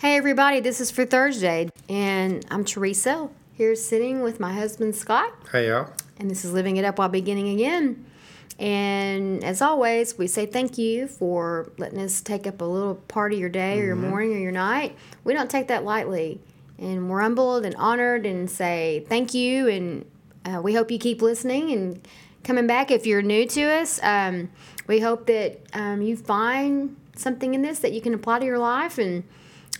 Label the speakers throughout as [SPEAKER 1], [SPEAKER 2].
[SPEAKER 1] Hey, everybody, this is for Thursday, and I'm Teresa here sitting with my husband Scott,
[SPEAKER 2] Hey y'all.
[SPEAKER 1] and this is Living It Up While Beginning Again. And as always, we say thank you for letting us take up a little part of your day or your morning or your night. We don't take that lightly, and we're humbled and honored and say thank you. And uh, we hope you keep listening and coming back. If you're new to us, um, we hope that um, you find something in this that you can apply to your life and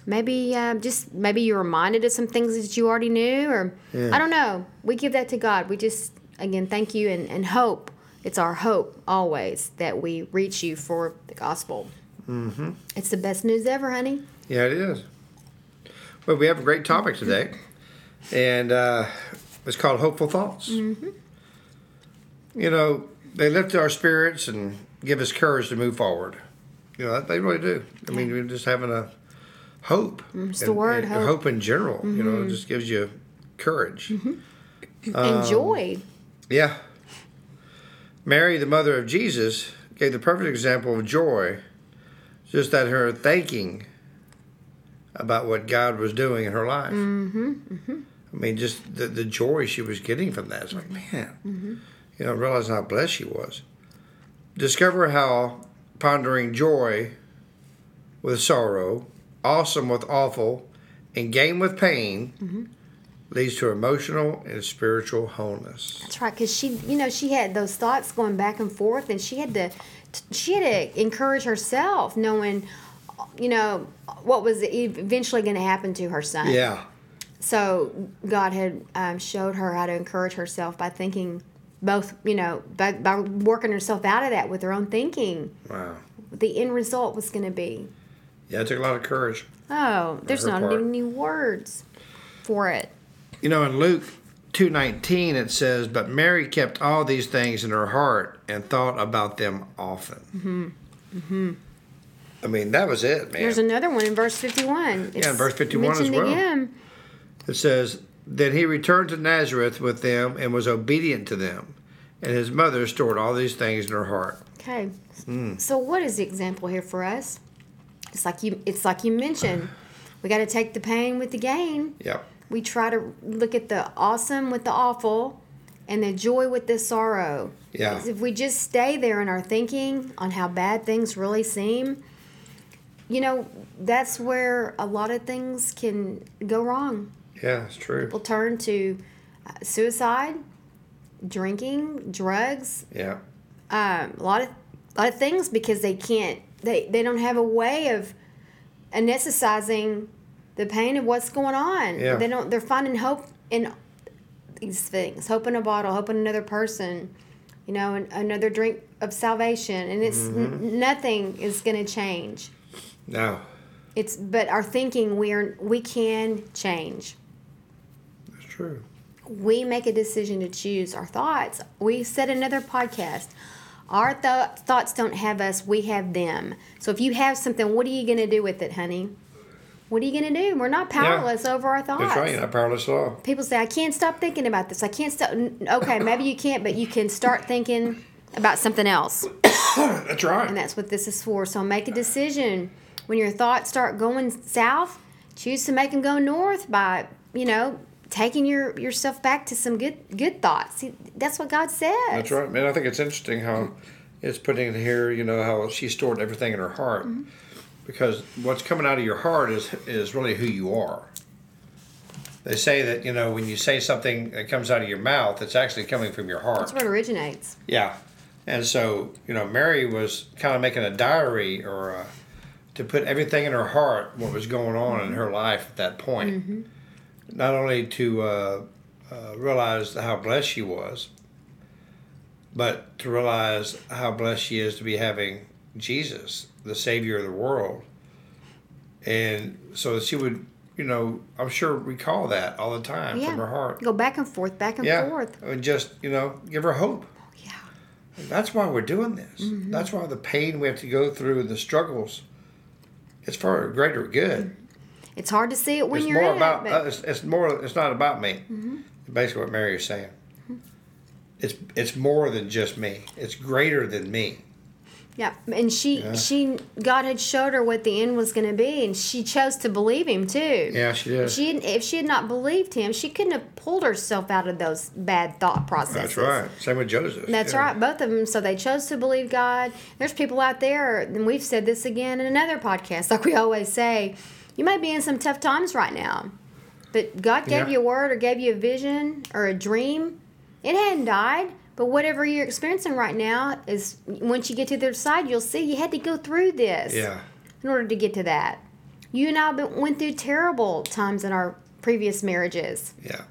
[SPEAKER 1] maybe um, just maybe you're reminded of some things that you already knew or i don't know we give that to god we just again thank you and, and hope it's our hope always that we reach you for the gospel mm-hmm. it's the best news ever honey
[SPEAKER 2] Yeah, it is. Well, we have a great topic
[SPEAKER 1] Mm-hmm.
[SPEAKER 2] today, and uh, it's called Hopeful Thoughts. Mm-hmm. You know, they lift our spirits and give us courage to move forward. You know, they really do. I mean, we're just having a hope.
[SPEAKER 1] Mm, it's the word,
[SPEAKER 2] and
[SPEAKER 1] hope. Mm-hmm.
[SPEAKER 2] in general, you know, it just gives you courage.
[SPEAKER 1] and joy
[SPEAKER 2] Yeah. Mary, the mother of Jesus, gave the perfect example of joy, just that her thinking about what God was doing in her life. Mm-hmm, I mean, just the, the joy she was getting from that. It's like, man, you know, realizing how blessed she was. Discover how pondering joy with sorrow, awesome with awful, and game with pain leads to emotional and spiritual wholeness.
[SPEAKER 1] That's right, because she, you know, she had those thoughts going back and forth, and she had to, t- she had to encourage herself, knowing, you know, what was eventually going to happen to her son.
[SPEAKER 2] Yeah.
[SPEAKER 1] So God had um, showed her how to encourage herself by thinking, both, you know, by, by working herself out of that with her own thinking.
[SPEAKER 2] Wow.
[SPEAKER 1] What the end result was going to be,
[SPEAKER 2] Yeah, it took a lot of courage.
[SPEAKER 1] oh, there's
[SPEAKER 2] her
[SPEAKER 1] not
[SPEAKER 2] part.
[SPEAKER 1] even any words for it.
[SPEAKER 2] You know, in Luke 2:19 it says, "But Mary kept all these things in her heart and thought about them often." Mm-hmm. Mm-hmm. I mean, that was it, man.
[SPEAKER 1] There's another one in verse 51. It's
[SPEAKER 2] verse 51 as
[SPEAKER 1] mentioned
[SPEAKER 2] well.
[SPEAKER 1] Again.
[SPEAKER 2] it says, "Then he returned to Nazareth with them and was obedient to them, and his mother stored all these things in her heart."
[SPEAKER 1] Okay.
[SPEAKER 2] Hmm.
[SPEAKER 1] So what is the example here for us? It's like you it's like you mentioned. We got to take the pain with the gain.
[SPEAKER 2] Yep.
[SPEAKER 1] We try to look at the awesome with the awful and the joy with the sorrow.
[SPEAKER 2] Yeah.
[SPEAKER 1] 'Cause If we just stay there in our thinking on how bad things really seem, you know, that's where a lot of things can go wrong
[SPEAKER 2] Yeah, it's true.
[SPEAKER 1] people turn to uh, suicide, drinking, drugs,
[SPEAKER 2] Yeah.
[SPEAKER 1] um, a lot of a lot of things because they can't they they don't have a way of anesthetizing the pain of what's going on.
[SPEAKER 2] Yeah.
[SPEAKER 1] They don't they're finding hope in these things, hope in a bottle, hope in another person, you know, and another drink of salvation, and it's n- nothing is going to change.
[SPEAKER 2] No,
[SPEAKER 1] It's but our thinking we are we can change.
[SPEAKER 2] that's true.
[SPEAKER 1] we make a decision to choose our thoughts. We said another podcast. Our th- thoughts don't have us, we have them. So if you have something, what are you going to do with it, honey? What are you going to do? We're not powerless over our thoughts.
[SPEAKER 2] That's right. You're not powerless at all.
[SPEAKER 1] People say, I can't stop thinking about this. I can't stop. N- Okay, maybe you can't, but you can start thinking about something else.
[SPEAKER 2] That's right.
[SPEAKER 1] And that's what this is for. So make a decision. When your thoughts start going south, choose to make them go north by, you know, taking your yourself back to some good good thoughts. See, that's what God says.
[SPEAKER 2] That's right, man. I think it's interesting how it's putting in here. You know how she stored everything in her heart, because what's coming out of your heart is is really who you are. They say that you know when you say something that comes out of your mouth, it's actually coming from your heart.
[SPEAKER 1] That's where it originates.
[SPEAKER 2] Yeah, and so you know Mary was kind of making a diary or a, to put everything in her heart, what was going on in her life at that point. Not only to uh, uh, realize how blessed she was, but to realize how blessed she is to be having Jesus, the Savior of the world, And so she would, you know, I'm sure recall that all the time
[SPEAKER 1] Yeah.
[SPEAKER 2] from her heart.
[SPEAKER 1] Go back and forth, back and
[SPEAKER 2] yeah.
[SPEAKER 1] forth. Oh,
[SPEAKER 2] And just, you know, give her hope.
[SPEAKER 1] Yeah. Mm-hmm.
[SPEAKER 2] That's why we're doing this. That's why the pain we have to go through, the struggles, it's for her greater good.
[SPEAKER 1] It's hard to see it when
[SPEAKER 2] it's
[SPEAKER 1] you're
[SPEAKER 2] more
[SPEAKER 1] in
[SPEAKER 2] about
[SPEAKER 1] it. but- Mm-hmm.
[SPEAKER 2] us. It's more. It's not about me. Basically, what Mary is saying. It's it's more than just me. It's greater than me.
[SPEAKER 1] Yeah, and she
[SPEAKER 2] Yeah.
[SPEAKER 1] she God had showed her what the end was going to be, and she chose to believe him too.
[SPEAKER 2] Yeah, she did.
[SPEAKER 1] She didn't- if she had not believed him, she couldn't have pulled herself out of those bad thought processes.
[SPEAKER 2] That's right. Same with Joseph.
[SPEAKER 1] That's
[SPEAKER 2] yeah.
[SPEAKER 1] right, both of them. So they chose to believe God. There's people out there, and we've said this again in another podcast, like we always say, you may be in some tough times right now, but God gave
[SPEAKER 2] Yeah.
[SPEAKER 1] you a word or gave you a vision or a dream. It hadn't died, but whatever you're experiencing right now is once you get to the other side, you'll see you had to go through this
[SPEAKER 2] Yeah.
[SPEAKER 1] in order to get to that. You and I been- went through terrible times in our previous marriages
[SPEAKER 2] Yeah.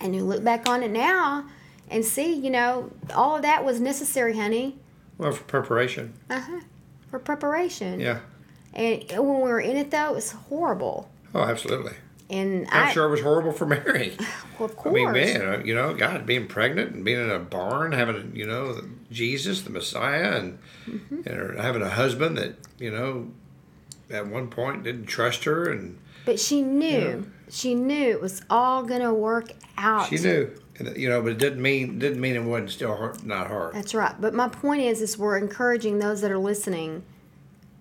[SPEAKER 1] and you look back on it now and see, you know, all of that was necessary, honey,
[SPEAKER 2] Well, for preparation.
[SPEAKER 1] for preparation.
[SPEAKER 2] Yeah.
[SPEAKER 1] And when we were in it, though, it was horrible.
[SPEAKER 2] Oh, absolutely.
[SPEAKER 1] And
[SPEAKER 2] I'm
[SPEAKER 1] I,
[SPEAKER 2] Oh, sure it was horrible for Mary.
[SPEAKER 1] well, of
[SPEAKER 2] I
[SPEAKER 1] course,
[SPEAKER 2] mean, man, uh, you know, God, being pregnant and being in a barn, having, you know, Jesus, the Messiah, and,
[SPEAKER 1] Mm-hmm.
[SPEAKER 2] and having a husband that, you know, at one point didn't trust her, and
[SPEAKER 1] but she knew, she knew it was all gonna work out.
[SPEAKER 2] she knew, and, you know, but it didn't mean didn't mean it wasn't still hard, not hard.
[SPEAKER 1] That's right. But my point is, is we're encouraging those that are listening.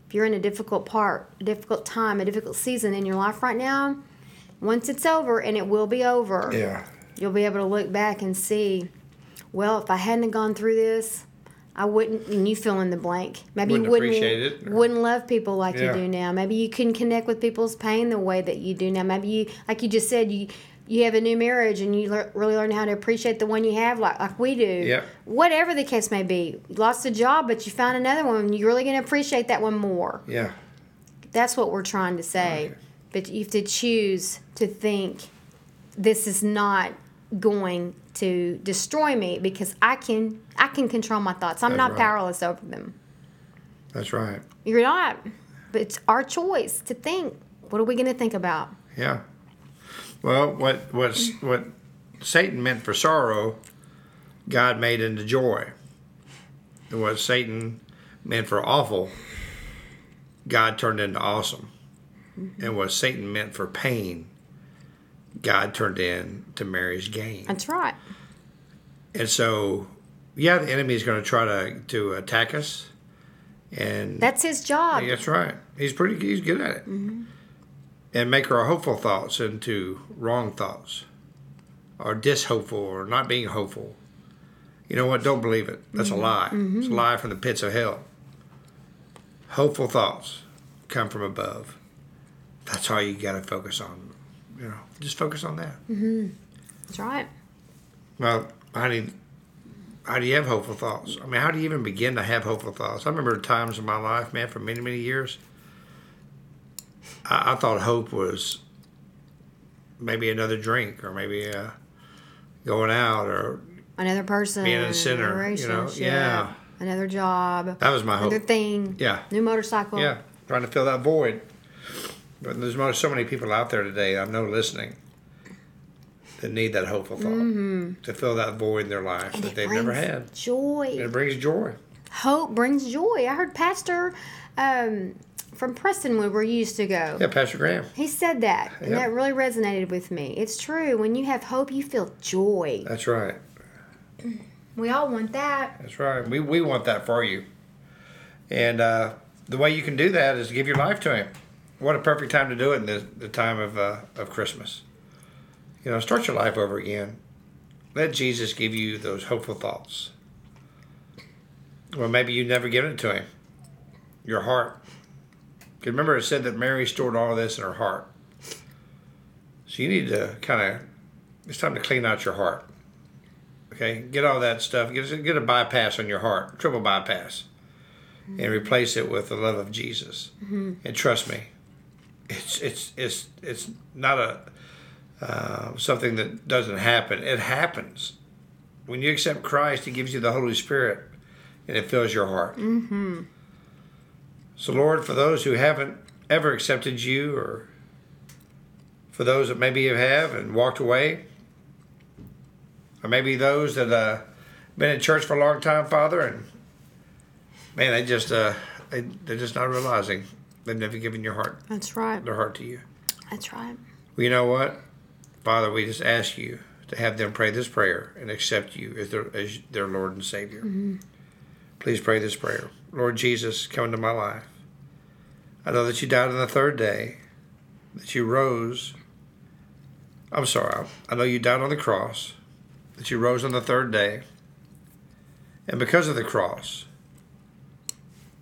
[SPEAKER 1] If you're in a difficult part, a difficult time, a difficult season in your life right now, once it's over, and it will be over.
[SPEAKER 2] Yeah,
[SPEAKER 1] you'll be able to look back and see, well, if I hadn't have gone through this, I wouldn't. And you fill in the blank. Maybe you
[SPEAKER 2] Wouldn't
[SPEAKER 1] wouldn't
[SPEAKER 2] appreciate it, or-
[SPEAKER 1] wouldn't love people like
[SPEAKER 2] Yeah.
[SPEAKER 1] you do now. Maybe you couldn't connect with people's pain the way that you do now. Maybe you, like you just said, you you have a new marriage and you lear really learn how to appreciate the one you have, like like we do.
[SPEAKER 2] Yep.
[SPEAKER 1] Whatever the case may be, you lost a job, but you found another one. You're really going to appreciate that one more.
[SPEAKER 2] yeah,
[SPEAKER 1] That's what we're trying to say. But you have to choose to think this is not going to destroy me because I can I can control my thoughts. I'm
[SPEAKER 2] That's
[SPEAKER 1] not
[SPEAKER 2] right.
[SPEAKER 1] powerless over them.
[SPEAKER 2] that's right.
[SPEAKER 1] You're not. But it's our choice to think. What are we going to think about?
[SPEAKER 2] Yeah. Well, what what's what Satan meant for sorrow, God made into joy. And what Satan meant for awful, God turned into awesome. And what Satan meant for pain, God turned into Mary's gain.
[SPEAKER 1] That's right.
[SPEAKER 2] And so, yeah, the enemy is going to try to to attack us, and
[SPEAKER 1] That's his job.
[SPEAKER 2] that's right. He's pretty. He's good at it. And make our hopeful thoughts into wrong thoughts, or dishopeful, or not being hopeful. You know what? Don't believe it. That's a lie. It's a lie from the pits of hell. Hopeful thoughts come from above. That's all you got to focus on. You know, just focus on that.
[SPEAKER 1] That's right.
[SPEAKER 2] Well, how do you, how do you have hopeful thoughts? I mean, how do you even begin to have hopeful thoughts? I remember times in my life, man, for many many years, I, I thought hope was maybe another drink or maybe uh, going out or
[SPEAKER 1] Another person.
[SPEAKER 2] Being a sinner,
[SPEAKER 1] another
[SPEAKER 2] you know,
[SPEAKER 1] relationship,
[SPEAKER 2] yeah.
[SPEAKER 1] Another job.
[SPEAKER 2] that was my hope.
[SPEAKER 1] Another thing.
[SPEAKER 2] Yeah,
[SPEAKER 1] New motorcycle.
[SPEAKER 2] yeah, trying to fill that void. But there's mo- so many people out there today I know listening that need that hopeful thought to fill that void in their life
[SPEAKER 1] Mm-hmm. And
[SPEAKER 2] that
[SPEAKER 1] it
[SPEAKER 2] they've never
[SPEAKER 1] brings
[SPEAKER 2] had.
[SPEAKER 1] Joy.
[SPEAKER 2] It brings joy.
[SPEAKER 1] hope brings joy. I heard Pastor um, from Prestonwood, where you used to go.
[SPEAKER 2] Yeah, Pastor Graham.
[SPEAKER 1] He said that, and
[SPEAKER 2] Yep.
[SPEAKER 1] that really resonated with me. It's true. When you have hope, you feel joy.
[SPEAKER 2] That's right.
[SPEAKER 1] We all want that.
[SPEAKER 2] That's right. We, we want that for you. And uh, the way you can do that is give your life to Him. What a perfect time to do it in the, the time of, uh, of Christmas. You know, start your life over again. Let Jesus give you those hopeful thoughts. Well, maybe you've never given it to Him, your heart. 'Cause Remember, it said that Mary stored all this in her heart. So you need to kind of, it's time to clean out your heart. Okay, get all that stuff. Get get a bypass on your heart, triple bypass, and replace it with the love of Jesus. And trust me, it's it's it's it's not a uh, something that doesn't happen. It happens when you accept Christ. He gives you the Holy Spirit, and it fills your heart. Mm-hmm. So, Lord, for those who haven't ever accepted you, or for those that maybe have and walked away, or maybe those that uh, been in church for a long time, Father, and man, they just uh, they, they're just not realizing they've never given your heart
[SPEAKER 1] That's right.
[SPEAKER 2] their heart to you.
[SPEAKER 1] That's right.
[SPEAKER 2] Well, you know what, Father, we just ask you to have them pray this prayer and accept you as their as their Lord and Savior. Please pray this prayer. Lord Jesus, come into my life. I know that you died on the third day, that you rose. I'm sorry, I know you died on the cross, that you rose on the third day. And because of the cross,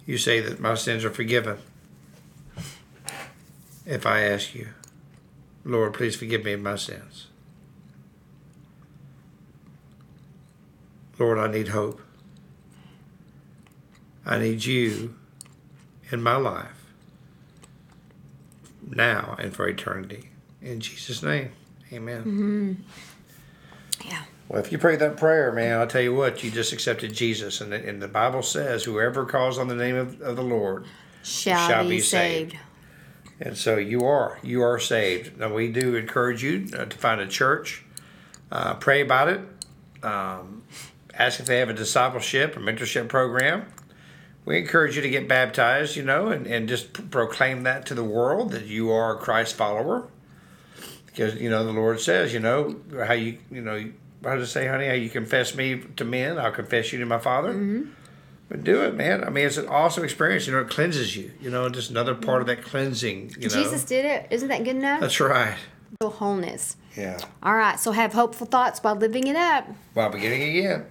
[SPEAKER 2] you say that my sins are forgiven. If I ask you, Lord, please forgive me of my sins. Lord, I need hope. I need you in my life now and for eternity. In Jesus' name, amen.
[SPEAKER 1] Yeah.
[SPEAKER 2] Well, if you pray that prayer, man, I'll tell you what, you just accepted Jesus. And the, and the Bible says, whoever calls on the name of, of the Lord.
[SPEAKER 1] Shall,
[SPEAKER 2] Shall
[SPEAKER 1] be,
[SPEAKER 2] be
[SPEAKER 1] saved.
[SPEAKER 2] And so you are, you are saved. Now, we do encourage you uh, to find a church, uh, pray about it, um, ask if they have a discipleship or mentorship program. We encourage you to get baptized, you know, and, and just p- proclaim that to the world that you are a Christ follower. Because, you know, the Lord says, you know, how you, you know, how does it say, honey, how you confess me to men, I'll confess you to my Father. But do it, man. I mean, it's an awesome experience. You know, it cleanses you. You know, just another part of that cleansing, you know.
[SPEAKER 1] Jesus did it. Isn't that good enough?
[SPEAKER 2] That's right.
[SPEAKER 1] Real wholeness.
[SPEAKER 2] Yeah.
[SPEAKER 1] All right. So have hopeful thoughts while living it up.
[SPEAKER 2] While beginning again.